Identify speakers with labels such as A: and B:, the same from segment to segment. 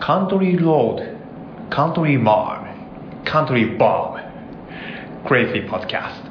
A: カントリーロード、カントリーマーム、カントリーバーム、クレイジーポッドキャス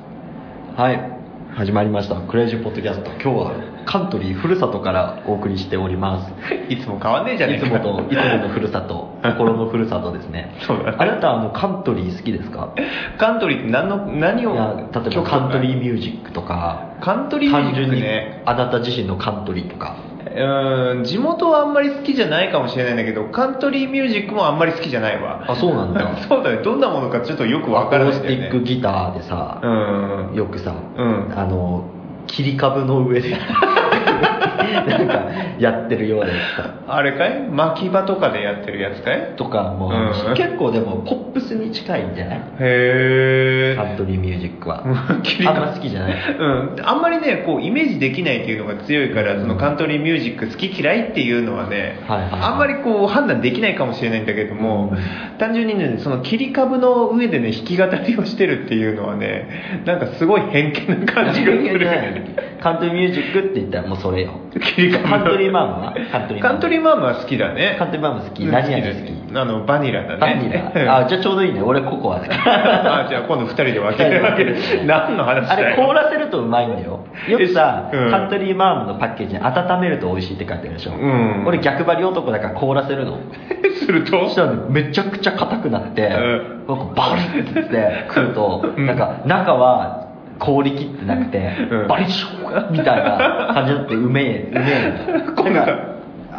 A: ト。
B: はい始まりましたクレイジーポッドキャスト今日はカントリーふるさとからお送りしております
A: いつも変わんねえじゃね
B: い
A: え
B: つ
A: か。
B: もといつものふるさと 心のふるさとですね
A: そうだね
B: あなたはもうカントリー好きですか
A: カントリーって何の、何
B: い
A: を
B: や例えばカントリー
A: ー。
B: ミュージックとか
A: カントリーミュー
B: 単
A: ジッ
B: 純
A: ク
B: に
A: ね。
B: あなた自身のカントリーとか
A: うん、地元はあんまり好きじゃないかもしれないんだけど、カントリーミュージックもあんまり好きじゃないわ。
B: あそうなんだ
A: そうだね。どんなものかちょっとよくわ
B: ア
A: か
B: コ
A: らない
B: ー
A: ん
B: ス
A: だ
B: テ
A: よ
B: ィ
A: ね。
B: ックギターでさ
A: うん。
B: よくさ
A: うん。
B: あの切り株の上で なんかやってるようなやつさ
A: あれかい巻き場とかでやってるやつかいへ
B: とかも、
A: うん
B: 結構でもポップスに近いんじゃない
A: え。
B: カントリーミュージックは
A: うん切り
B: あんま
A: 替
B: 好きじゃない
A: うん、あんまりねこうイメージできないっていうのが強いからそのカントリーミュージック好き嫌いっていうのはね、
B: はいはいはい
A: あんまりこう判断できないかもしれないんだけども、単純にねその切り株の上でね弾き語りをしてるっていうのはねなんかすごい偏見な感じがするよね
B: カントリーミュージックって言ったらもうそれよ
A: 切り株
B: カントリーマームは
A: カントリーマームは好きだね
B: カントリーマーム好き
A: うん
B: 何々
A: だ
B: 好
A: ね
B: き
A: あのバニラだね
B: バ ニラあじゃあちょうどいいね俺ココア好き
A: あじゃあ今度二人で分けるわけで何の話
B: あ
A: だ
B: れ
A: よ
B: 凍らせるとうまいんだよよくさ、
A: えうん
B: カントリーマームのパッケージに温めると美味しいって書いてあるでしょ、
A: うん
B: 俺逆張り男だから凍らせるの
A: すると
B: そしたらねめちゃくちゃ硬くなって、
A: う
B: なんかバリッって食うと、
A: うん
B: なんか中は氷切ってなくて、
A: うん
B: バリッショーみたいな感じになってうめえうめえ
A: こん
B: な
A: なん
B: か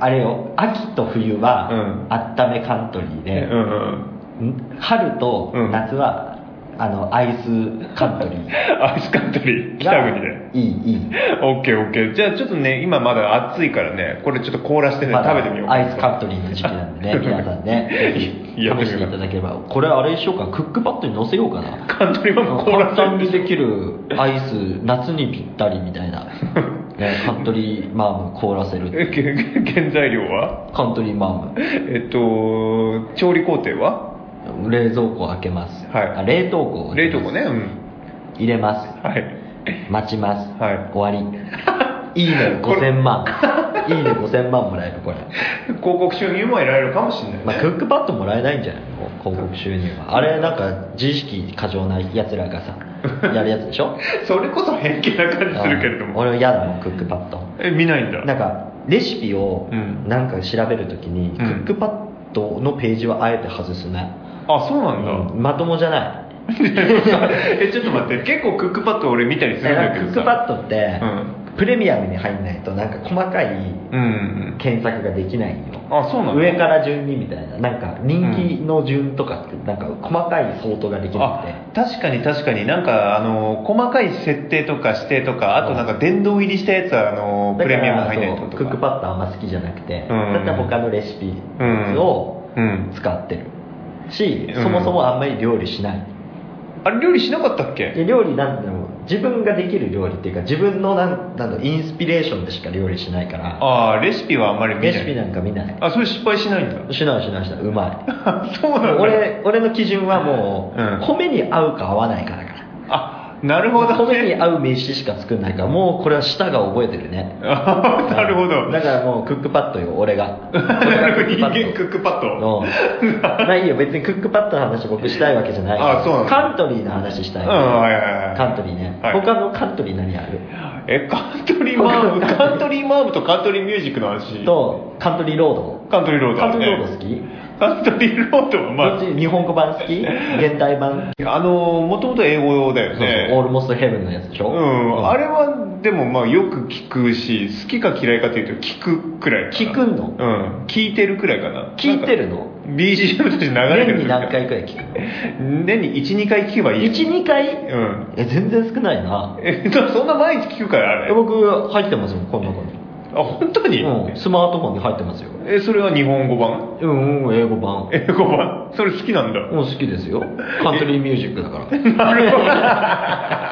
B: あれよ秋と冬は、
A: うん
B: あっためカントリー
A: うん
B: で、
A: うん
B: ん春と夏は、あのアイスカントリー
A: アイスカントリー、北国で。
B: がいいいい
A: オッケーオッケー。じゃあちょっとね、今まだ暑いからね、これちょっと凍らしてね、
B: まだ
A: 食べてみよう
B: アイスカントリーの時期なんでね皆さんねぜひ
A: やってみよう
B: 試していただければこれあれにしようかクックパッドに乗せようかな
A: カントリーマンも凍ら
B: 簡
A: せる
B: 単にできるアイス夏にぴったりみた いな、ね、カントリーマーム凍らせる
A: えげ 原材料は
B: カントリーマ
A: えっと、調理工程は
B: ーム冷蔵庫を開けます、
A: はい
B: あ冷凍庫を開
A: 冷
B: け
A: 凍
B: ま
A: 庫
B: す
A: ね。うん。
B: 入れます
A: はい。
B: 待ちます、
A: はい
B: 終わ りいいね
A: これ
B: 5000万いいね5000万もらえるこれ、
A: 広告収入も得られるかもしれない、ね。
B: まあ、クックパッドもらえないんじゃないの広告収入はあれなんか自意識過剰なやつらがさやるやつでしょ
A: それこそ偏見な感じ するけれど
B: うん
A: も。
B: 俺は嫌だもんクックパッド
A: え、見ないんだ。
B: なんかレシピを
A: うん
B: なんか調べるときに、ク
A: うん
B: ックパッドのページはあえて外すね、
A: あ、そうなんだ。
B: まともじゃない
A: え、ちょっと待って、結構クックパッド俺見たりす
B: だ
A: る
B: か
A: んだ
B: ら
A: け
B: ク
A: ど
B: ッ
A: さ。
B: クパッドって、
A: うん。
B: プレミアムに入んないとなんか細かい
A: うんうん。
B: 検索ができないよ
A: あ、そうなんだ。
B: 上から順にみたいななんか人気の順とかってなんか細かい相当ができな
A: あ
B: くて、
A: 確かに確かになんかあの細かい設定とか指定とかあとなんか殿堂入りしたやつはあの
B: だ
A: プ
B: か
A: レミアム
B: ら
A: 入んない
B: そう
A: とと
B: クック
A: か
B: パッドあんま好きじゃなくて、
A: ん
B: だったら他のレシピを
A: うん
B: 使ってるし、
A: うん
B: そもそもあんまり料理しない、
A: あれ料理しなかったっけ
B: で料理なんでも自分ができる料理っていうか自分のなんなんだろうインスピレーションでしか料理しないから
A: ああレシピはあんまり見ない
B: レシピなんか見ない
A: あそれ失敗しないんだ
B: しないしないしないうまい
A: そうなんだ
B: 俺俺の基準はもう、
A: うん
B: 米に合うか合わないかだから
A: あなるほど
B: 米に
A: ね
B: 合う飯しか作んないからもうこれは舌が覚えてるね
A: あ なるほど
B: だからもうクックパッドよ 俺が俺
A: な
B: が
A: るほど人間ク
B: クック
A: ックパッ
B: パッ
A: ド
B: ド うんまあいいよ別にクックパッドの話僕したいわけじゃない
A: あそうなの
B: カントリーの話した
A: う
B: い、
A: んはいはい
B: カ
A: は
B: ントリーね、
A: はい
B: 他のカントリー何ある
A: いえカントリーマームカントリーマームとカントリーミュージックの話
B: とカントリーロード
A: カントリーロード
B: カン
A: だ
B: トリーロ
A: ね
B: ード好き、
A: カントリーロードはま
B: どっち日本語版好 き現代版
A: ああのもともと英語用だよ
B: そうそう、
A: ね
B: オールモストヘブンのやつでしょ、
A: うん、あれはでもまあよく聞くし好きか嫌いかというと聞くくらいかな
B: 聞くの
A: うん聞いてるくらいかな
B: 聞いて
A: る
B: るの
A: BGM として流れて
B: 年
A: る
B: に
A: んだ
B: 何
A: けど
B: 回くらい聞くの
A: 年に12回聞けばいいよ
B: 12回
A: うん
B: え全然少ないな
A: えっとそんな毎日聞くからあ
B: え
A: れあ
B: 僕入ってますもんこの中に
A: 本当に、
B: うん、スマートフォンに入ってますよ。
A: えそれは日本語版
B: うんうん、英語版。
A: 英語版それ好きなんだ
B: もう好きですよ。カントリーミュージックだか
A: な
B: ら。
A: るほど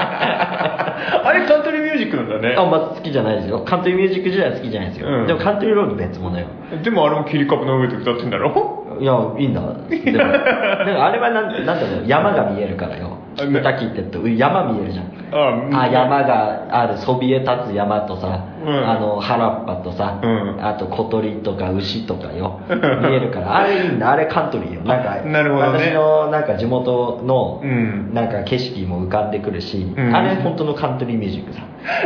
A: あれカントリーミュージックなんだね
B: あんま好きじゃないですよ。カントリーミュージック時代は好きじゃないですよ。
A: うん
B: でもカントリーロード別物よ。
A: でもあれも切り株の上で歌ってんだろ
B: いや、いいんだ。でも、なんかあれはなんなんだろう、山が見えるからよ。
A: あね
B: 歌聞いてると山見えるじゃん
A: あ
B: あ山があるそびえ立つ山とさ、
A: うん
B: あの原っぱとさ、
A: うん
B: あと小鳥とか牛とかよ見えるからあれいいんだあれカントリーよなんか
A: なるほどね
B: 私のなんか地元の
A: うん
B: なんか景色も浮かんでくるし、
A: ん
B: あれ本当のカントリーミュージックさ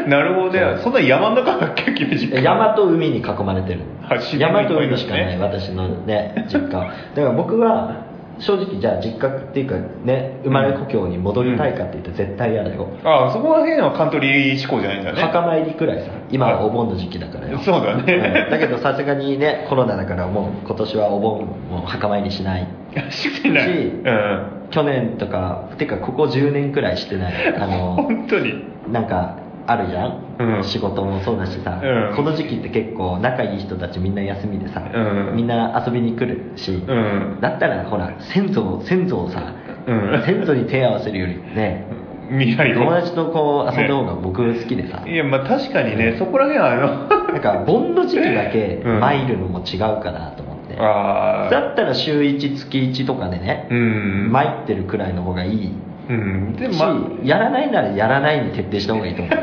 A: なるほどねそんな山の中だっけ君実家
B: 山と海に囲まれてる
A: あ自然がいっ
B: 山
A: ぱい
B: と
A: だね
B: 海しかない私のね実家はだから僕は正直じゃあ実家っていうかね生まれ故郷に戻りたいかって言って絶対嫌だよ、
A: あそこら辺はカントリー思考じゃないんだね
B: 墓参りくらいさ今はお盆の時期だからよ
A: そうだ ね
B: うんだけどさすがにねコロナだからもう今年はお盆も墓参りしない
A: してない
B: し
A: うん
B: 去年とかてかここ10年くらいしてないあの
A: 本当に
B: なんかあるじゃん、
A: うん
B: 仕事もそうだしさ、
A: うん
B: この時期って結構仲いい人たちみんな休みでさ、
A: うん
B: みんな遊びに来るし、
A: うん
B: だったらほら先祖を先祖をさ、
A: うん
B: 先祖に手合わせるよりね
A: 未来
B: 友
A: を
B: 達とこう遊んだ方が僕好きでさ、
A: いやまあ確かにねそこら辺はあ
B: なんか盆の時期だけ
A: うん
B: 参るのも違うかなと思って、
A: のああ
B: だったら週1月1とかでね、
A: うん
B: 参ってるくらいの方がいい
A: うんで
B: し、
A: ま
B: やらないならやらないに徹底した方がいいと思う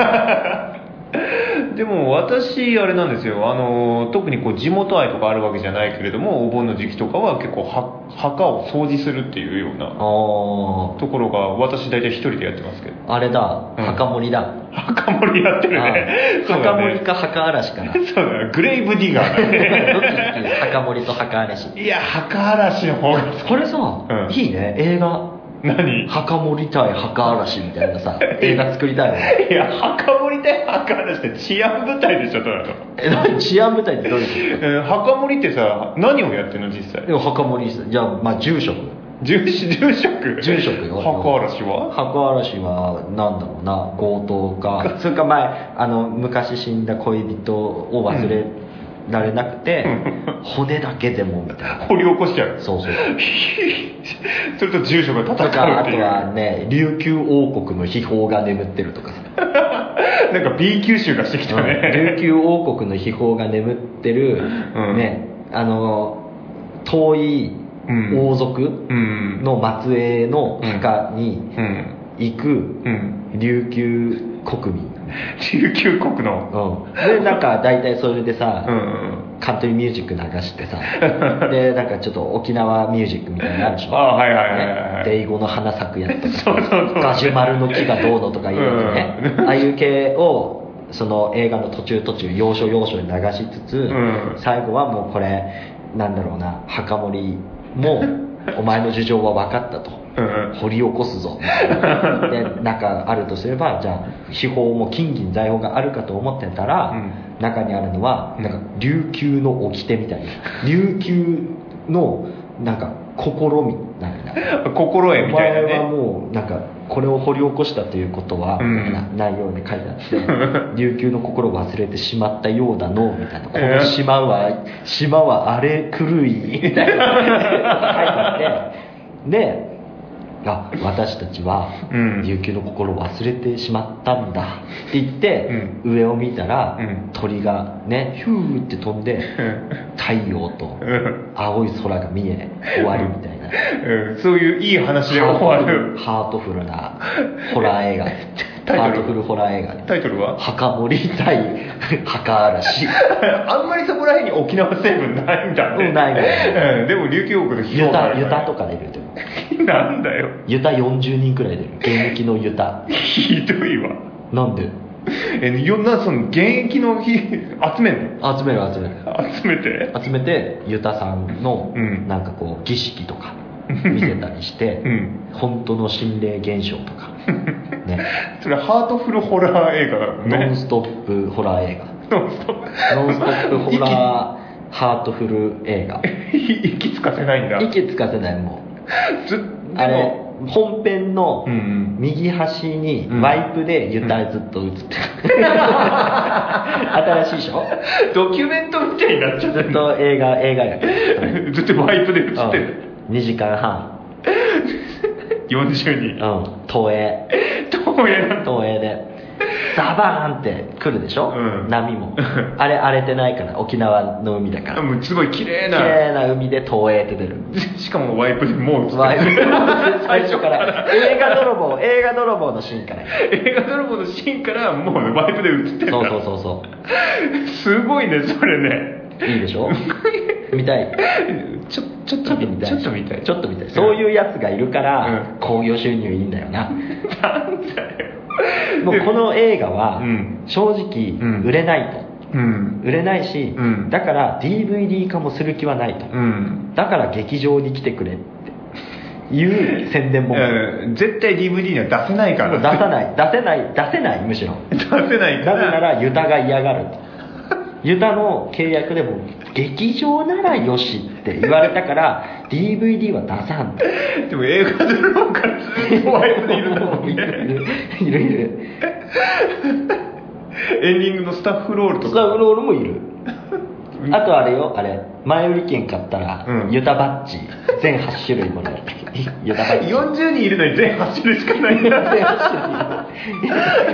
A: でも私あれなんですよあの特にこう地元愛とかあるわけじゃないけれどもお盆の時期とかは結構は墓を掃除するっていうよ うな
B: おー
A: ところが私大体一人でやってますけど
B: あれだ
A: うん
B: 墓守 りだ、
A: 墓守りやってるね
B: あ
A: そう
B: 墓
A: だ
B: 守り
A: ね
B: か墓 嵐かなどっち
A: そうだねグレイブディガーだね
B: 好き墓守りと墓嵐
A: いや墓嵐の方が
B: これさ、
A: うん
B: いいね映画
A: 何い
B: 墓守りたい墓嵐みたいな さ映画作りたいわ
A: や墓守り対墓嵐って治安部隊でしょただの
B: え何治安部隊ってどういうこ
A: うん墓守りってさ何をやってんの実
B: と
A: 際
B: でも墓守りさじゃあまあ住職
A: 住住職
B: 住職よ
A: 墓嵐は
B: 箱嵐はなんだろうな強盗 かそれか前あの昔死んだ恋人を忘れられなくて、骨だけでもみたいな
A: 掘り起こしちゃう
B: そうそう
A: それと住職が
B: と
A: 戦う
B: かあ
A: ってい
B: と
A: う
B: はね琉球王国の秘宝が眠ってるとかさ、
A: なんか B 級集がしてきた
B: うん 琉
A: ね、
B: 球王国の秘宝が眠ってる、
A: うん
B: ねあの遠い王族
A: うん
B: の末裔の墓に
A: うん
B: 行く
A: うん
B: 琉球国民、
A: 琉球国の
B: うん、でなんか大体それでさ、
A: うん
B: カントリーミュージック流してさでなんかちょっと沖縄ミュージックみたいなのあるでし
A: あ
B: ょ
A: あはいはいはい
B: ね
A: はい
B: デイゴの花咲くやつと
A: そうそ
B: か
A: うそう
B: ガジュマルの木がどうのとかいうのね、ああいう系をその映画の途中途中要所要所に流しつつ、
A: ん
B: 最後はもうこれなんだろうな墓守りもお前の事情は分かったと
A: うん
B: 掘り起こすぞみた いなで中あるとすればじゃあ秘宝も金銀財宝があるかと思ってたら、
A: う
B: 中にあるのは
A: うん
B: なんか琉球の掟みたいな琉球のなんか心みたいな
A: 心得
B: お
A: みたいな
B: 前は
A: ね
B: もうなんかこれを掘り起こしたということは、
A: うん
B: みたいな内容で書いてあっ て琉球の心を忘れてしまったようだのみたいなこの島は島は荒れ狂いみたいな書いてあってであ私たちは
A: うん
B: 琉球の心を忘れてしまったんだって言って、上を見たら、
A: うん
B: 鳥がねヒューって飛んで太陽と
A: うん
B: 青い空が見え終わりみたいな。
A: うんそういういい話で終わる
B: ハートフルなホラー映画
A: タイトル
B: ハートフルホラー映画
A: タイトルは
B: 墓守り対 墓嵐
A: あんまりそこら辺に沖縄成分ないんだね
B: うんない ね
A: うんでも琉球王国の秘
B: ユ
A: 宝があ
B: タ
A: る
B: ユ
A: から
B: タとか出るでも
A: なんだよ
B: ユタ40人くらい出る現役のユタ
A: ひどいわ
B: なんで
A: えよなその現役の日集めん
B: 集める集める
A: の集めて
B: 集めてユタさんの
A: うん
B: なんかこう儀式とか見てたりして
A: うん
B: 本当の心霊現象 とかね
A: それハートフルホラー映画だもん
B: ノン
A: ね
B: ストップホラー映
A: ノンストッ
B: 画ノンストップホラーハートフル映画
A: プ息つかせないんだ
B: 息つかせないも
A: ずで
B: うあれ本編の
A: うんうん
B: 右端に
A: うん
B: ワイプでユタずっと映ってる、 新しいでしょ
A: ドキュメントみたいになっちゃって
B: ずっ
A: る
B: と映画映画 やから
A: ずっとワイプで映ってる
B: 2時間半、
A: 40
B: う
A: 人
B: ん、東映
A: 東映なんだ
B: 東映でザバーンって来るでしょ、
A: うん
B: 波もあれ荒れてないから沖縄の海だから
A: もうすごい綺麗
B: 綺
A: な
B: 麗な海で東映って出る
A: しかもワイプでもう
B: ワイ
A: 最
B: 最
A: 初
B: 初
A: か
B: からら映画泥棒映画泥棒のシーンから
A: 映画泥棒のシーンからもうワイプで映ってる
B: そうそうそうそ
A: すごいねそれね
B: ういいで しょ見たい
A: ちょちょっ
B: ちょ
A: と
B: っと見
A: 見
B: た
A: た
B: い
A: いちょっと見たい
B: ちょっと見たいそういうやつがいるから
A: うん
B: 興行、収入いいんだよ
A: な
B: な
A: んだよ
B: もうこの映画は
A: うん
B: 正直
A: うん
B: 売れないと、
A: うん
B: 売れないし、
A: うん
B: だから DVD 化もする気はないと、
A: うん
B: だから劇場に来てくれっていう宣伝
A: い
B: 本もう
A: や絶対 DVD には出せないから
B: 出さない出せない出せないむしろ
A: 出せない
B: なぜ
A: か
B: な
A: ら
B: らユタが嫌がるとユタの契約でも劇場ならよしって言われたから DVD は出さんと
A: でも映画泥棒からずっとワイプでいるんだもん
B: い
A: ね
B: るいるいる
A: エンディングのスタッフロールと
B: ス
A: か
B: タッフロールもいる
A: うん
B: あとあれよあれ前売り券買ったら、
A: うん
B: ユタバッジ全8種類も らえるユタバッジ
A: 40人いるのに全8種類しかないん
B: 全
A: だ
B: 8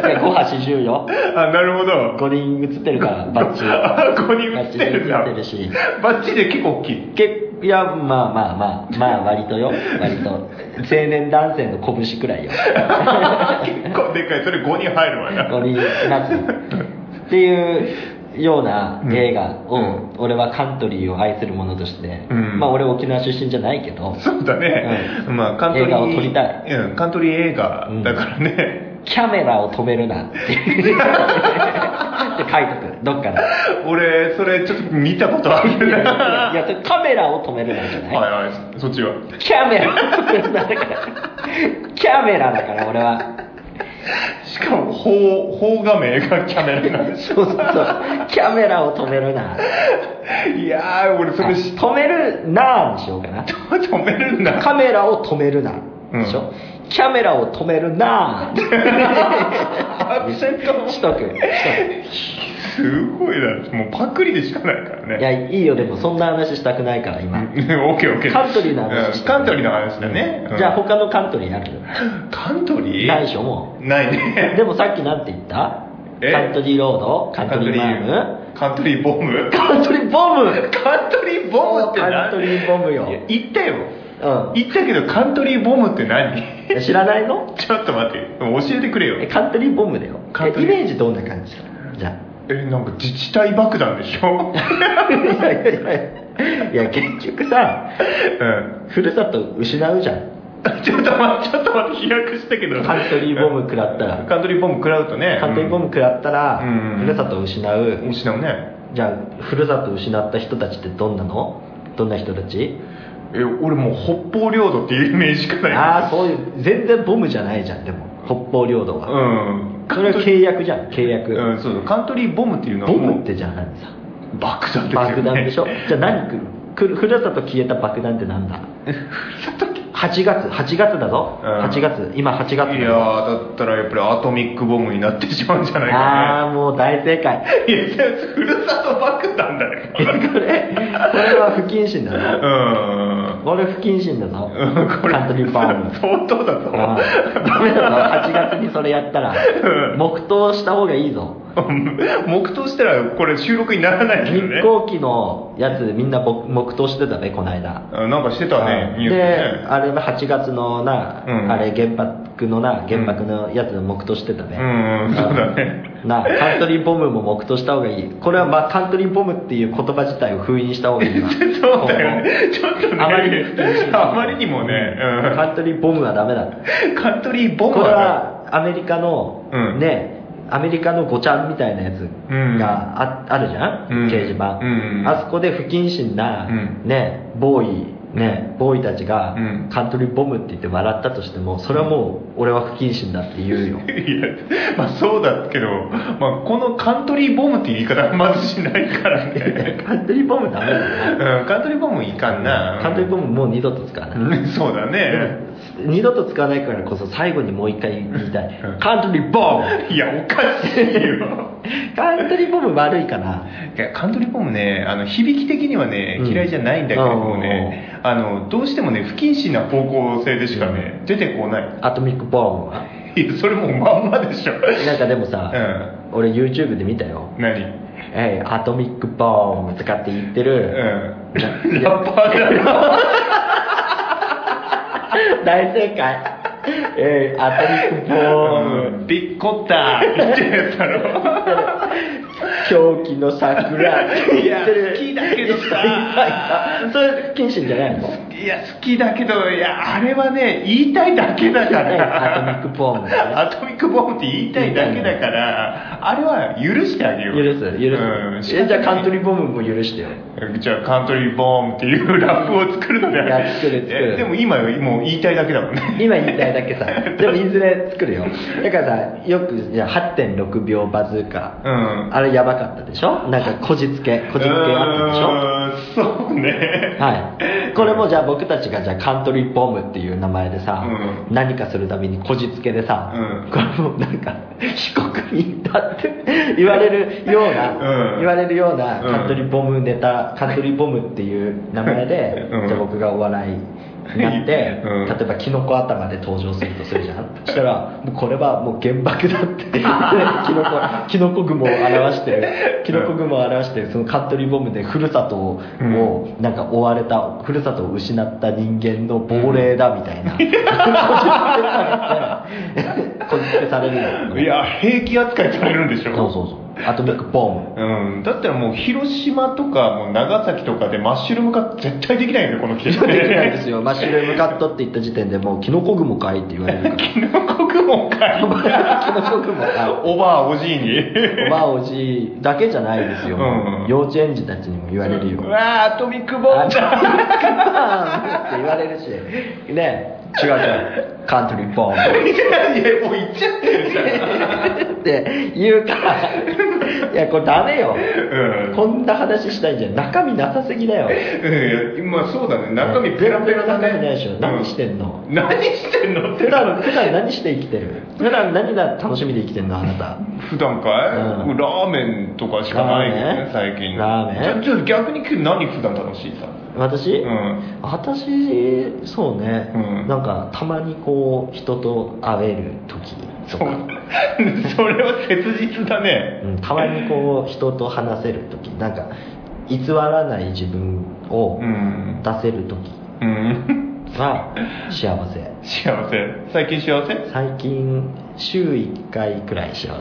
B: 種類5八10よ
A: あなるほど
B: 5人映ってるから バッジ
A: あここに
B: バ
A: 映
B: ッ
A: っ
B: ジ
A: てるんだ
B: 映ってるし
A: バッチで結構大きい
B: けいやまあまあまあまあ割とよ割と青年男性の拳くらいよ
A: 結構でかいそれ5人入るわな
B: ゴリラズっていうような映画を、
A: うん
B: 俺はカントリーを愛する者として、
A: うん
B: まあ俺沖縄出身じゃないけど
A: そうだね、まあカントリー
B: 映画を撮りたい
A: うん、カントリー映画だからね、
B: キャメラを止めるなってって書いとくどっかで
A: 俺それちょっと見たことあ
B: い
A: る
B: や
A: ね
B: いやいやそれカメラを止めるなじゃない、
A: はいはいそっちは
B: キャメラを止めるなだからキャメラだから俺は
A: しかも方方画面がキャメラなんでし
B: そうそうそうキャメラを止めるな
A: ょいやー俺それし
B: 止めるなーにしようかな
A: 止めるんだ
B: カメラを止めるな
A: うん
B: でしょ、キャメラを止めるな ー
A: アクセントも
B: しとくしと
A: すごいなもうパクリでしかないから
B: くい
A: ね
B: やいいよでもそんな話したくないから
A: う
B: 今、
A: んオッケーオッケー
B: カントリーの話
A: うんカントリーの話だね、うん
B: じゃあ他のカントリーある
A: カントリー
B: ないでしょも
A: ないね
B: うでもさっきなんて言った
A: え
B: カントリーロードカントリーマーム
A: カントリーボム
B: カントリーボム
A: カントリーボムって何
B: カントリーボムよ
A: いや言ったよ
B: う
A: 言ったけどカントリーボムって何
B: ん知らないの
A: ちょっと待って教えてくれ
B: え
A: よ
B: カントリーボムだよ
A: カント
B: え
A: リ
B: イ
A: ー
B: メージどんな感じだじゃあ
A: えなんか自治体爆弾でしょ、
B: いやいやいやいや結局さ
A: うん、
B: ふるさと失うじゃん
A: ちょっと待ってちょっと待って飛躍したけど
B: カントリーボム食らったら
A: カントリーボム食らうとね
B: カントリーボム食らったら、
A: うん
B: ふるさとを失う、
A: うん失うね
B: じゃあふるさとを失った人たちってどんなのどんな人たち
A: え俺もう北方領土っていうイメージしかない
B: ああそういう全然ボムじゃないじゃんでも北方領土は、
A: うん
B: それは契約じゃん契
A: う
B: 約、
A: ん、そうそうカントリーボムっていうのは
B: ボ
A: もう
B: ムってじゃあ何さ
A: 爆弾ですよ、ね、
B: 爆弾でしょじゃあ何くくるふるさと消えた爆弾ってなんだ8月8月だぞ、
A: うん
B: 8月今8月だぞ
A: いやーだったらやっぱりアトミックボムになってしまうんじゃない
B: あ
A: か
B: あもう大正解
A: ねいやふるさと爆弾だね
B: えこれこれは不謹慎だ
A: う
B: ぞ
A: ん
B: これ不謹慎だぞ
A: うんこれ
B: カントリーパーム
A: 相当だぞ
B: ああダメだぞ8月にそれやったら
A: うん
B: 黙祷した方がいいぞ
A: 黙祷したらこれ収録にならないけ
B: 日
A: どね
B: 航機のやつみんなぼ黙祷してたねこの間
A: あなんかしてたね
B: ああ
A: ニュース
B: で
A: ね
B: あれは8月のな、
A: うん
B: あれ原爆のな原爆のやつ黙祷してたね、
A: うんうん
B: ああ
A: そうだね
B: なあカントリーボムも黙祷した方がいいこれはまあカントリーボムっていう言葉自体を封印した方 がいいわ
A: そうだよねちょっとね
B: あまりに不謹慎 だ
A: あまりにもね、うん
B: カントリーボムはダメだ
A: カントリーボ
B: こ
A: ム
B: れ
A: は
B: はアメリカの、
A: うん
B: ねアメリカのごちゃんみたいなやつ
A: うん
B: があ,、あるじゃん、
A: うん
B: 掲示板、
A: うん
B: あそこで不謹慎な、
A: う
B: ねボーイねボーイたちが、
A: うん
B: カントリーボムって言って笑ったとしてもそれはもう俺は不謹慎だって言 うよ
A: いやまあそうだけど、まあ、このカントリーボムっていう言い方はまずしないからね
B: カントリーボムダメだな
A: うんカントリーボムいかんな
B: カントリーボムもう二度と使わない、
A: うんそうだね
B: 二度と使わないからこそ最後にもう一回言いたい、
A: うん
B: カントリーボ ム
A: いやおかし いよ
B: カントリーボム悪いかない
A: やカントリーボムねあの響き的にはね
B: うん
A: 嫌いじゃないんだけれどもね、あのどうしてもね不謹慎な方向性でしかね、出てこない
B: アトミックボムは
A: いやそれもうまんまでしょ
B: なんかでもさ、
A: うん
B: 俺 YouTube で見たよ
A: 何
B: 「えいアトミックボーン」とかって言ってる、
A: うんラッパーだな
B: 大正解「えいアトミックボーン
A: うんピッコッタって言ったろ」
B: 狂気の桜って言ってる
A: いや好きだけどさ
B: いやいやいやそれ謹慎じゃないの
A: いや好きだけどいやあれはね言いたいだけだから
B: アトミックボーンね
A: アトミックボーンって言いたいだけだからあれは許してあげよう
B: 許す許す、
A: うん
B: えじゃあカントリーボムも許してよ
A: じゃあカントリーボーンっていうラップを作るので
B: いや作る作る
A: えでも今もう言いたいだけだもんね
B: 今言いたいだけさでもいずれ作るよだからさよくじゃあ8.6秒バズーカ、
A: うん
B: あれやばかったでしょなんかこじつけこじつけあったでしょ
A: うーんそうね
B: はい、これもじゃあ僕たちがじゃあカントリーボムっていう名前でさ、
A: う
B: 何かするたびにこじつけでさ、
A: うん
B: これもなんか被告人だって言われるよう
A: う
B: な、
A: ん
B: 言われるような
A: うん
B: カントリーボムネタ、カントリーボムっていう名前で、
A: うん
B: じゃあ僕がお笑いになって、
A: うん
B: 例えばキノコ頭で登場するとするじゃんそしたらもうこれはもう原爆だって キノコキノコ雲を表してキノコ雲を表してそのカントリーボムでふるさとを
A: うん
B: をなんか追われたふるさとを失った人間の亡霊だみたいな、 こじつけされるの
A: いや平気扱いされるんでしょ
B: そうそうそうアトミックボーン
A: うん、だったらもう広島とかもう長崎とかでマッシュルーム化絶対できないよねこの季節
B: できないですよマッシュルームカットって言った時点でもうキノコ雲かいって言われ るか
A: キノコ雲かい
B: らキノコ雲かい
A: おばあおじい に
B: おばあおじいだけじゃないですよ、
A: うん
B: 幼稚園児たちにも言われるよ
A: うわーアトミックボ
B: あ
A: ーン
B: じゃ
A: だ
B: あカントリーボーンって言われるしね違う違うカントリーボーン
A: いやいやもう言っちゃってるじゃん
B: って言うから、いや、これダメよ。
A: うん
B: こんな話したいんじゃん。中身なさすぎだよ。
A: うん、まあそうだね中身ペラペラだね
B: 中身ないでしょ
A: うん
B: 何してんの
A: 何してんのって
B: 普段、普段何して生きてる普段何が楽しみで生きてんのあなた。
A: 普段かい、
B: うん
A: ラーメンとかしかないよね
B: ラーメ
A: 最
B: ン
A: 近
B: ラーメン
A: じゃあちょっと逆に何普段楽しいさ
B: 私、
A: うん
B: 私、そうね、
A: うん
B: なんか、たまにこう、人と会える時と
A: そ
B: か、
A: れは切実だね
B: うんたまにこう、人と話せる時なんか、偽らない自分を
A: うん
B: 出せる時
A: うん
B: が幸せ。
A: 幸せ最近幸せ
B: 最近週1回くらい幸せ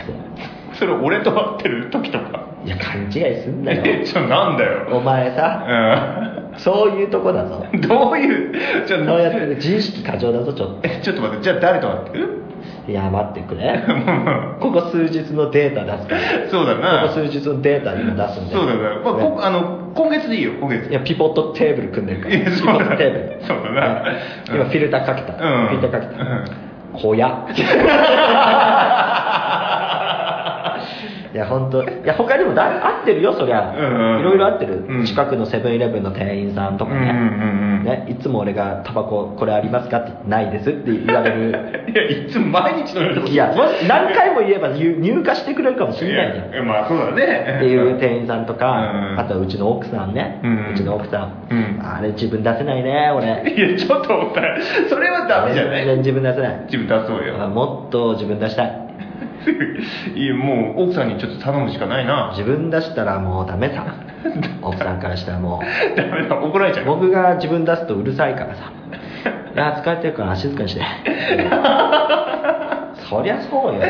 A: それ俺と会ってる時とか
B: いや勘違いすんな
A: え
B: よ
A: ちょなんだよ
B: お前さそういうとこだぞ
A: うん どういうじゃ
B: そうやってる自意識過剰だぞちょっ
A: えちょっと待ってじゃあ誰と会ってる
B: といや待ってくれここ数日のデータ出すから
A: そうだな
B: ここ数日のデータ今出すんで
A: そうだな、まあこ
B: ね
A: あの今月でいいよ今月
B: いやピボットテーブル組んでるから
A: いや
B: ピ
A: そう
B: ボ
A: だ
B: ットテーブル
A: そうだな
B: ね
A: うん
B: 今フィルターかけた、
A: うん
B: フィルターかけた、小屋いや本当いや他にもだ合ってるよそりゃ、
A: うんうん
B: いろいろ合ってる、
A: うん
B: 近くのセブンイレブンの店員さんとかね,、
A: うんうんうん
B: ねいつも俺が「タバコこれありますか?」って「ないです」って言われる
A: いやいつも毎日のように
B: いやもし何回も言えば入入荷してくれるかもしれないじゃん
A: いやまあそうだね
B: っていう店員さんとか、
A: うん
B: あとはうちの奥さんね、
A: う
B: うんちの奥さん、
A: うん
B: あれ自分出せないね俺
A: いやちょっと待ってそれはダメじゃな
B: 全然
A: い
B: 自分出せない
A: 自分出そう
B: あ
A: よ
B: もっと自分出したい
A: いやもう奥さんにちょっと頼むしかないな
B: 自分出したらもうダ メさ奥さんからしたらもう
A: ダメだ怒られちゃう
B: 僕が自分出すとうるさいからさいや疲れてるから静かにして そりゃそうよ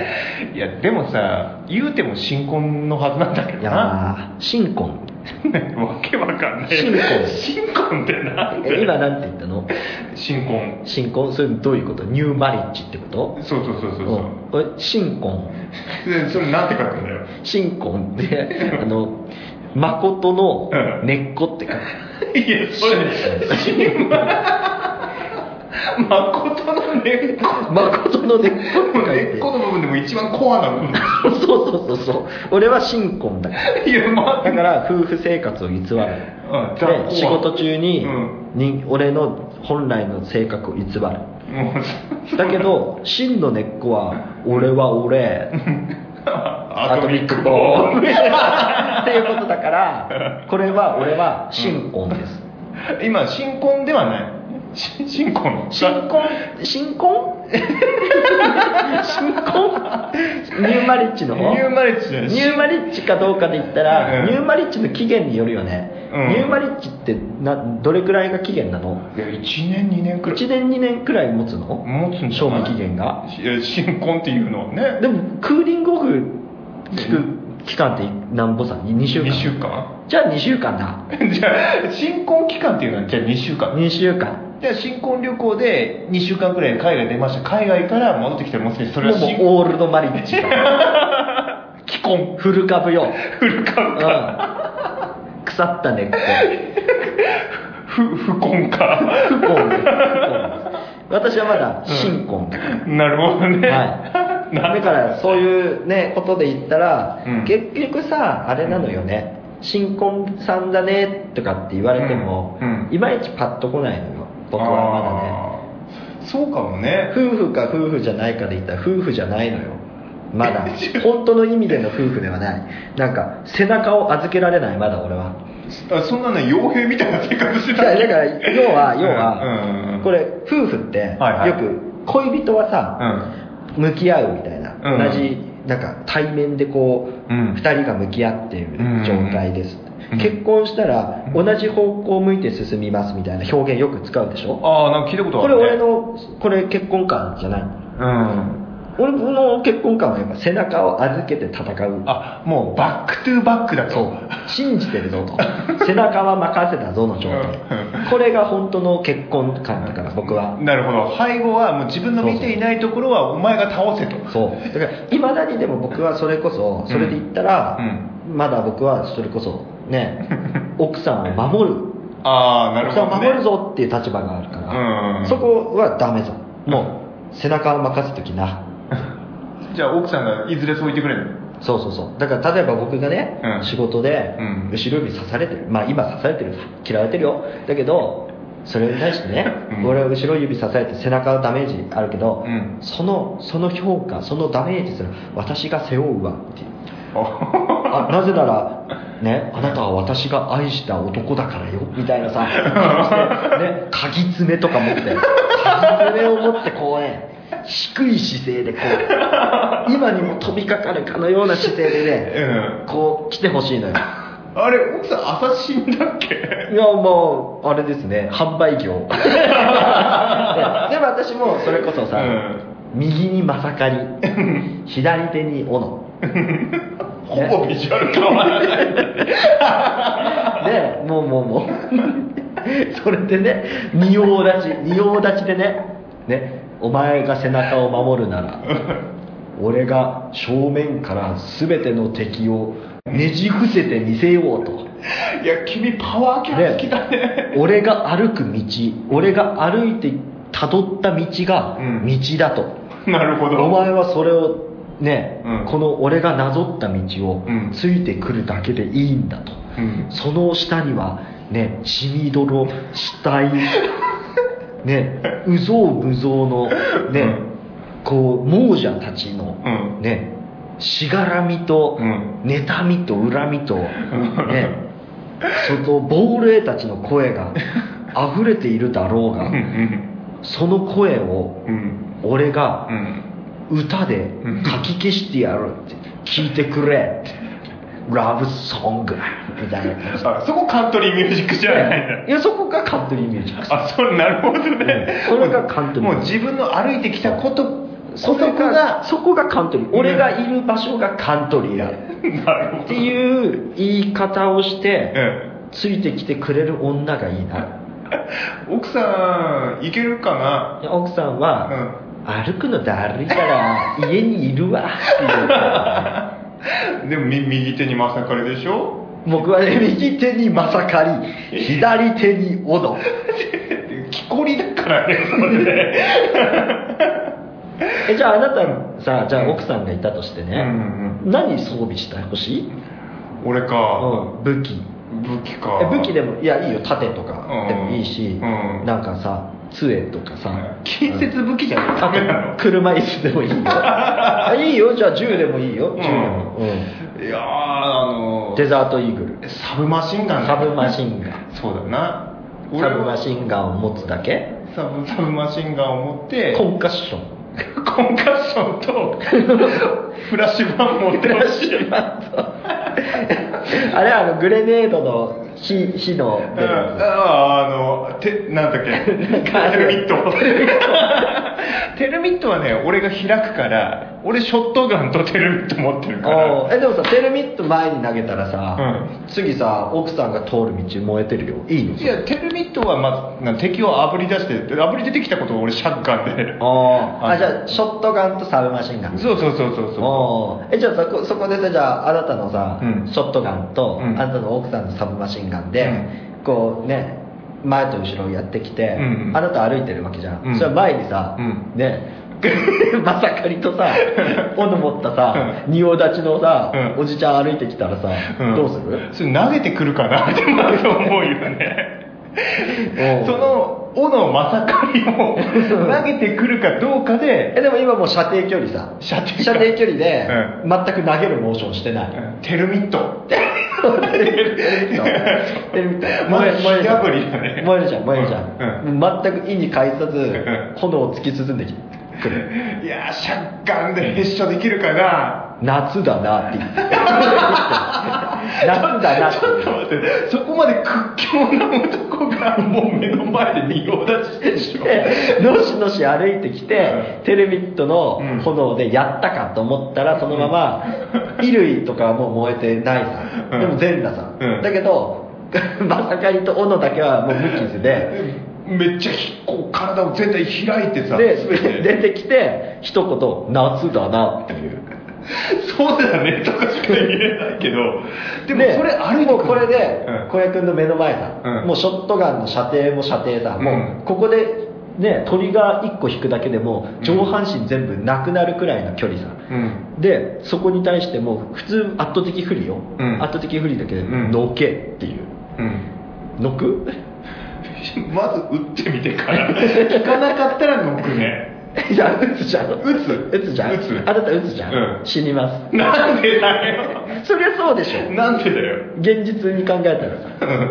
B: い
A: いやでもさ言うても新婚のはずなんだけど
B: や
A: な
B: まあ新婚
A: わけわかんない
B: 新婚
A: 新婚ってなん
B: え
A: で
B: 今なんて言ったの
A: 新婚
B: 新婚それどういうことニューマリッジってこと
A: そうそうそうそうそう
B: うんえ新婚
A: でそれなんて書くんだよ
B: 新婚ってあの誠の根っこって書く
A: いやそれ新誠の根っこ
B: 誠の根っこって書い
A: 根
B: て
A: っこの部分でも一番コアな部分
B: そうそうそうそう俺は新婚だから
A: いやまあ
B: だから夫婦生活を偽る
A: うんじゃあこうは
B: で仕事中に,、
A: うん
B: に俺の本来の性格を偽る
A: もう
B: だけど真の根っこは俺は俺
A: アトミックボー
B: ン
A: ン
B: っていうことだからこれは俺は新婚です、
A: 今新婚ではない新新婚の
B: 新 婚新婚 新婚ニューマリッチの方
A: ニューマリッチじゃない
B: ニューマリッチかどうかで言った
A: う
B: ら、
A: ん
B: ニューマリッチの期限によるよね、
A: うん
B: ニューマリッチってなどれくらいが期限なの
A: いや1年2年くらい
B: 1年2年くらい持つの
A: 持つんじゃ
B: 賞
A: ない
B: 味期限が
A: いや新婚っていうのはね
B: でもクーリングオフ聞く期間って何ぼさ2週間
A: 2週間
B: じゃあ2週間だ
A: じゃあ新婚期間っていうのはじゃあ2週間
B: 2週間
A: じゃあ新婚旅行で2週間くらい海外出ました海外から戻ってきたらもしかしてそ
B: で
A: れは
B: も
A: 新
B: もうオールドマリッジだ
A: 既婚
B: フル株よ、
A: フルカ
B: う
A: ン
B: ん、
A: か
B: 腐った根っこ
A: 不不婚か
B: 不幸です不幸です私はまだ新婚、
A: なるほどね、
B: はい、
A: な
B: だからそういうねことで言ったら、
A: うん
B: 結局さあれなのよね、新婚さんだねとかって言われても、
A: うんうん
B: いまいちパッとこないのよ僕は
A: あーそうかもね
B: まだね夫婦か夫婦じゃないかで言ったら夫婦じゃないのよま だ本当の意味での夫婦ではないなんか背中を預けられないまだ俺 は
A: あそんなね傭兵みたいな生活して
B: だ
A: た
B: からだから要は
A: うんうん
B: 要
A: うんう
B: は
A: ん
B: これ夫婦って
A: はいはい
B: よく恋人はさ、
A: うん
B: 向き合うみたいな、
A: うん
B: 同じなんか対面でこう、
A: う
B: 二
A: ん
B: 2人が向き合っている状態です、
A: うん
B: 結婚したら
A: う
B: 同
A: ん
B: じ方向を向いて進みますみたいな表現よく使うでしょ、
A: ああなんか聞いたこと
B: こ
A: あ
B: れ
A: る、ね、
B: 俺のこれ結婚観じゃない
A: うん
B: 俺の結婚観はやっぱ背中を預けて戦う
A: あもうバックトゥーバックだと
B: そう信じてるぞと背中は任せたぞの状態これが本当の結婚観だから僕は
A: なるほど背後はもう自分の見ていないところはお前が倒せと
B: そうだからいまだにでも僕はそれこそそれで言ったら、まだ僕はそれこそ ね奥さんを守る
A: ああなる
B: 奥さん
A: ほ
B: を
A: ど、ね、
B: 守るぞっていう立場があるから、
A: うん
B: そこはダメぞもう背中を任せときな
A: じゃあ奥さんがいずれそう言ってくれるの
B: そうそうそうだから例えば僕がね、
A: うん
B: 仕事で
A: うん
B: 後ろ指刺されてるまあ今刺されてる嫌われてるよだけどそれに対してね、
A: うん
B: 俺は後ろ指刺されて背中のダメージあるけど、
A: うん
B: そのその評価そのダメージすら私が背負うわっていう
A: あ
B: あなぜなら、ね、あなたは私が愛した男だからよみたいなさ、ね、鍵爪とか持って、鍵爪を持ってこうね、低い姿勢でこう、今にも飛びかかるかのような姿勢でね、
A: うん
B: こう来てほしいのよ。
A: あれ奥さん朝死んだっけ
B: いや、もう、あれ ですね、販売業。でも私もそれこそさ、
A: うん
B: 右にまさかり、左手に斧。
A: ほぼビジュアル変わらない
B: で、もうもうもう。 それでね、仁王立ち、仁王立ちでね、ね、お前が背中を守るなら、俺が正面から全ての敵をねじ伏せてみせようと。
A: いや君パワーキャラ好きだね
B: 俺が歩く道、俺が歩いて辿った道が
A: うん
B: 道だと。
A: なるほど
B: お前はそれをね、
A: うん
B: この俺がなぞった道を
A: うん
B: ついてくるだけでいいんだと、
A: うん
B: その下にはね血みどろ死体 ねうぞうむぞうのね、
A: うん
B: こう亡者たちの
A: うん
B: ねしがらみと、
A: うん
B: 妬みと恨み と、ね、その亡霊たちの声が溢れているだろう
A: う
B: が
A: んうん
B: その声を
A: うん
B: 俺が
A: うん
B: 歌でかき消してやるって聞いてくれってラブソングみたいな
A: あそこカントリーミュージックじゃないんだ
B: いやそこがカントリーミュージック
A: あそうなるほどね、
B: うんそれがカントリー
A: もう自分の歩いてきたこと
B: そこ
A: こそ
B: がそこがカントリー俺がいる場所がカントリーだっ
A: なるほ
B: て
A: ど
B: いう言い方をし
A: う
B: て
A: ん
B: ついてきてくれる女がいいな
A: 奥さんいけるかない
B: や奥さんは歩くのだるいから家にいるわっていう
A: でもみ右手にまさかれでしょ
B: 僕はね右手にまさかり左手に斧
A: 木こりだからねそれね
B: えじゃああなたさじゃあ奥さんがいたとして
A: うんう
B: ね、
A: ん
B: 何装備してほしい、
A: うん俺か、
B: 武器
A: 武器か
B: え武器でもいやいいよ盾とかでもいいし、
A: うんうん
B: なんかさ杖とかさ
A: 近接武器じゃ
B: あ
A: ダメなの
B: と車椅子でもい いよあいいよじゃあ銃でもいいよ銃でも、うん
A: いやーあの
B: デザートイーグル
A: サブマシンガン
B: サブマシンガン
A: そうだな
B: サブマシンガンを持つだけ
A: サブサブマシンガンを持って
B: コンカッション
A: コンカッションとフラッシュバン持ってほしい
B: あれはあのグレネードの火火の
A: うん
B: 出 るやつ
A: ああのてなんだっけテルミットテルミットはね俺が開くから俺ショットガンとテルミット持ってるから
B: おーえでもさテルミット前に投げたらさ、
A: う
B: 次さ奥さんが通る道燃えてるよいいの
A: いやテルミットはまずな敵を炙り出して炙り出てきたことを俺シャッガンで
B: あー
A: あ
B: あじゃあショットガンとサブマシンガン
A: そうそうそうそうそ
B: おーえじゃあそこそこでさじゃああなたのさ、
A: うん
B: ショットガンと、
A: うん
B: あなたの奥さんのサブマシンガンで、こうね前と後ろやってきて、
A: うんうん
B: あなた歩いてるわけじゃん、
A: うん
B: それは前にさ、
A: うん
B: ね まさかり とさ斧持ったさ仁王立ちのさ、
A: うん
B: おじちゃん歩いてきたらさ、
A: う、ん
B: どうする
A: それ投げてくるかな ってまず思うよね
B: おう
A: その斧まさかりを投げてくるかどうかで
B: えでも今もう射程距離さ
A: 射程か
B: 射程距離で
A: う
B: 全く投げるモーションしてない、
A: テルミット
B: テレビテレビとテレビと
A: まだ
B: 燃え燃えるじゃん
A: 火炙りだね
B: 燃えるじゃん燃えるじゃん、全く意に介さず、
A: ん
B: 炎を突き進んでくる
A: いやーシャッガンで発射できるかな
B: 夏だなって言 って夏だなって
A: ちょっと待ってそこまで屈強な男がもう目の前で仁王立ちしてるでしょ
B: でのしのし歩いてきて、テレビットの炎でやったかと思ったらそのまま、衣類とかはもう燃えてないさ、
A: うん
B: でも全裸さ、
A: うん
B: だけど まさかりと斧だけはもう無傷で
A: めっちゃひこう体を全体開いてさ
B: で
A: 全て
B: 出てきて一言「夏だな」っていう
A: そうだねとかしか言えないけどでもそれ歩いて
B: もうこれで
A: うん
B: 小籔君の目の前さ、
A: うん
B: もうショットガンの射程も射程さ、
A: うん
B: もうここでねトリガー1個引くだけでも
A: うん
B: 上半身全部なくなるくらいの距離さ、
A: うん
B: でそこに対してもう普通圧倒的不利よ、
A: うん
B: 圧倒的不利だけど
A: うん
B: のけっていう
A: うん
B: の く
A: まず打ってみて から効かなかったらノックね
B: いや打つじゃん打
A: つ
B: 打つじゃん
A: 打つ
B: あなた打つじゃん、
A: うん
B: 死にま
A: なんでだよ
B: すそりゃそうでしょ
A: なんでだよ
B: 現実に考えたらさ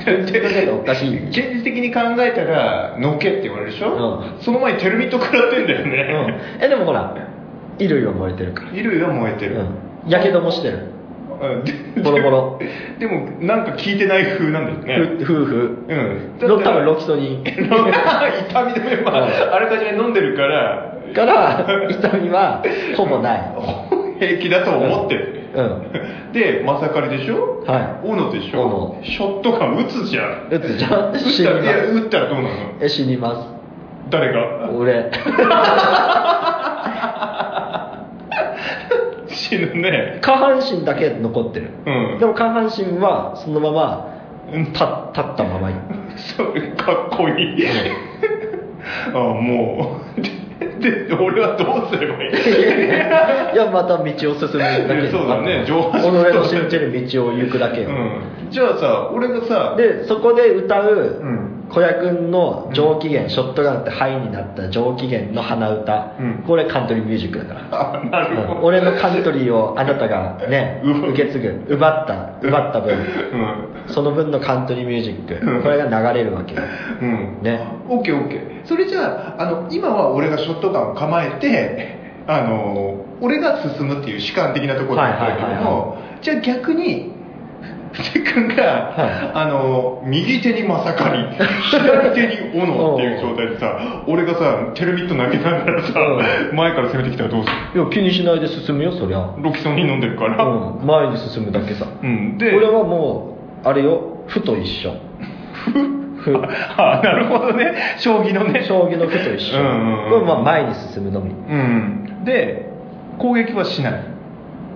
A: 現
B: だけどおかしい
A: 実的に考えたらのけって言われるでしょ、
B: う
A: その前にテルミット食らってんだよ
B: う
A: ね、
B: んえでもほら衣類は燃えてるから
A: 衣類は燃えてる、
B: やけどもしてる
A: うんで
B: ボロボロ
A: でもなんか効いてない風なんだよね
B: ふ夫婦
A: うん
B: の多分ロキソニン
A: 痛み止め
B: うん
A: はあらかじめ飲んでるから
B: から痛みはほぼない
A: 平気だと思ってる、
B: うん
A: でまさかりでしょ
B: は
A: 斧でしょ
B: 斧
A: ショットガン撃つじゃん
B: い打つじゃん
A: 撃
B: 死
A: った
B: にま
A: らいや
B: す
A: 撃ったらどうなの
B: え死にま
A: 誰
B: す
A: が
B: 俺
A: 死ぬね
B: 下半身だけ残ってる
A: うん
B: でも下半身はそのまま
A: うん
B: 立立ったままに
A: そうかっこいいあもうでで俺はどうすればいい
B: いやまた道を進むだけ
A: そうだね上半身
B: 己の信じる道を行くだけよ、
A: うんじゃあさ俺がさ
B: でそこで歌う
A: うん
B: 小屋くんの上機嫌、ショットガンってハイになった上機嫌の鼻歌、
A: うん
B: これカントリーミュージックだから
A: あなるほ
B: うん
A: ど
B: 俺のカントリーをあなたがね
A: うわ
B: 受け継ぐ奪った奪った分
A: うん
B: その分のカントリーミュージッ
A: う
B: ク
A: ん
B: これが流れるわけよ
A: うん
B: ね
A: オッケーオッケーそれじゃああの今は俺がショットガンを構えて あの俺が進むっていう主観的なところなんだけども、じゃあ逆に藤井君が、
B: は
A: あの右手にまさかり 左手に斧っていう状態でさ俺がさテルミット投げながらさ、前から攻めてきたらどうする
B: いや気にしないで進むよそりゃ、
A: ロキソニン飲んでるから、うん
B: うん、前に進むだけさ
A: で
B: 俺はもうあれよ歩と一緒ふ
A: ああなるほどね将棋のね
B: 将棋の歩と一緒
A: うんうんうん
B: これまあ前に進むのみい
A: うんで攻撃はしない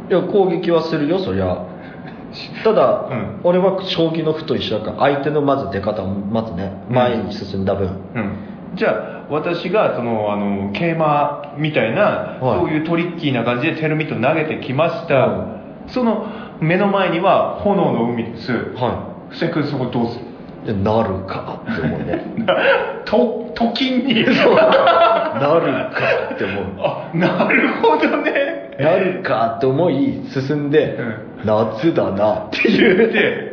B: や攻撃はするよそり ゃただ、
A: うん
B: 俺は将棋の歩と一緒だから相手のまず出方をまずね
A: うん
B: 前に進んだ分、
A: うん、じゃあ私がそのあの桂馬みたいな、
B: はい
A: そういうトリッキーな感じでテルミット投げてきました、
B: う
A: その目の前には炎の海です
B: は
A: 布施君そこどうする
B: いでなるかって思うね
A: とと金に
B: なるかって思う
A: あなるほどね
B: なるかって思い進んで、
A: う
B: 夏だなって
A: って言って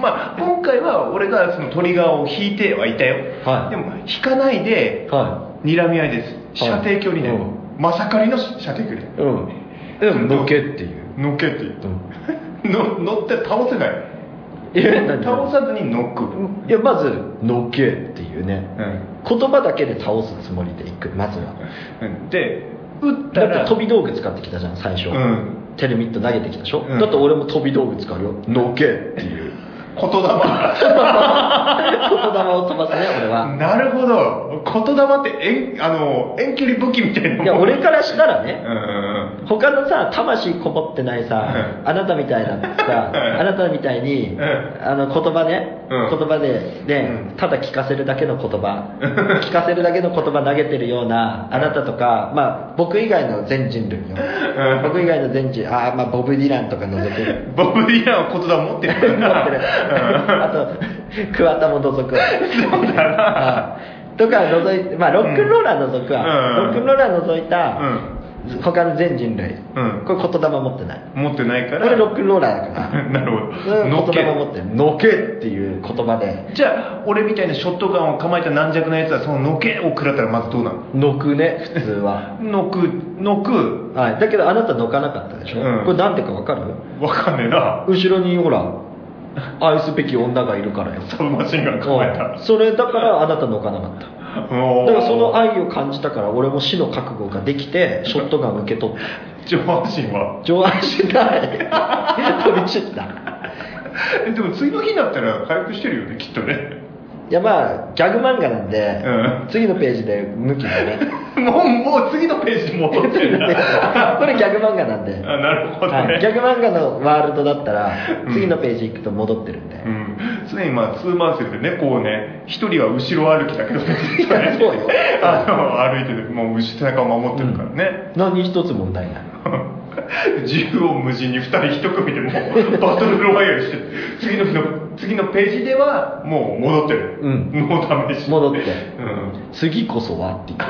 A: まあ今回は俺がそのトリガーを引いてはいたよ、
B: はい
A: でも引かないで
B: は
A: 睨み合いです射程距離で、
B: うん
A: まさかりの射程距離
B: いうんでものっけっていう、
A: 乗っけって
B: うん
A: の乗って倒せない
B: え何
A: 倒さずにノック、うん
B: いやまず「のっけ」っていうね言葉だけで倒すつもりでいくまずは
A: で撃った
B: だっ
A: ら
B: て飛び道具使ってきたじゃん最初、
A: うん
B: テレミット投げてきたでしょ、
A: うん
B: だって俺も飛び道具使うよ「のっけ」 っていう
A: 言霊
B: 言霊を飛ばすね俺は
A: なるほど言霊って遠あの遠距離武器みたいない
B: や俺からしたらね
A: うんうん
B: 他のさ魂こもってないさ、
A: う
B: あなたみたいなさ、
A: うん
B: あなたみたい
A: う
B: に、
A: ん
B: あの言葉ね、
A: うん
B: 言葉でね、
A: うん
B: ただ聞かせるだけの言葉聞かせるだけの言葉投げてるようなあなたとか、まあ、僕以外の全人類よ、
A: ん
B: 僕以外の全人類あー、まあ、ボブ・ディランとか除ける
A: ボブ・ディランは言霊持って
B: 持って
A: る
B: るあと桑田も除くわ
A: そうだな
B: うんとか除いて、まあ、ロックンローラー除くわ、
A: うん
B: ロックンローラー除いた、他の全人
A: う
B: 類、
A: ん
B: これ言霊持ってない
A: 持ってないから
B: 俺ロックンローラーだから
A: なるほ ど
B: の
A: 乗っけ
B: 言葉持ってるのけっていう言葉で
A: じゃあ俺みたいなショットガンを構えた軟弱なやつはそののけを食らったらまずどうなの
B: のくね普通 は
A: のくのく
B: はいだけどあなたのかなかったでしょ、
A: うん
B: これなんでかわかる
A: わかんねえな
B: 後ろにほら愛すべき女がいるからよ
A: サブマシンガン構えた
B: うんそれだからあなたのかなかった
A: お
B: だ
A: ー
B: からその愛を感じたから俺も死の覚悟ができてショットガン受け取った
A: 上半身は
B: 上半身ない飛び散った
A: えでも次の日になったら回復してるよねきっとね
B: いやまあギャグ漫画なんで、
A: うん
B: 次のページで向きだね
A: もうもう次のページに戻ってるんだ
B: これギャグ漫画なんで、
A: あなるほどね、
B: はいギャグ漫画のワールドだったら
A: うん
B: 次のページ行くと戻ってるんで、
A: うん、常にまあツーマンセルでねこうね一人は後ろ歩きだけどねずっとね
B: いやそうよ
A: あの歩いててもう牛背中を守ってるからね、
B: 何一つ問題ない
A: 縦横無尽に二人一組でもうバトルロワイヤルして次の日の次のページではもう戻ってる、
B: うん
A: もうダメでし
B: 戻って
A: うん
B: 次こそはって言って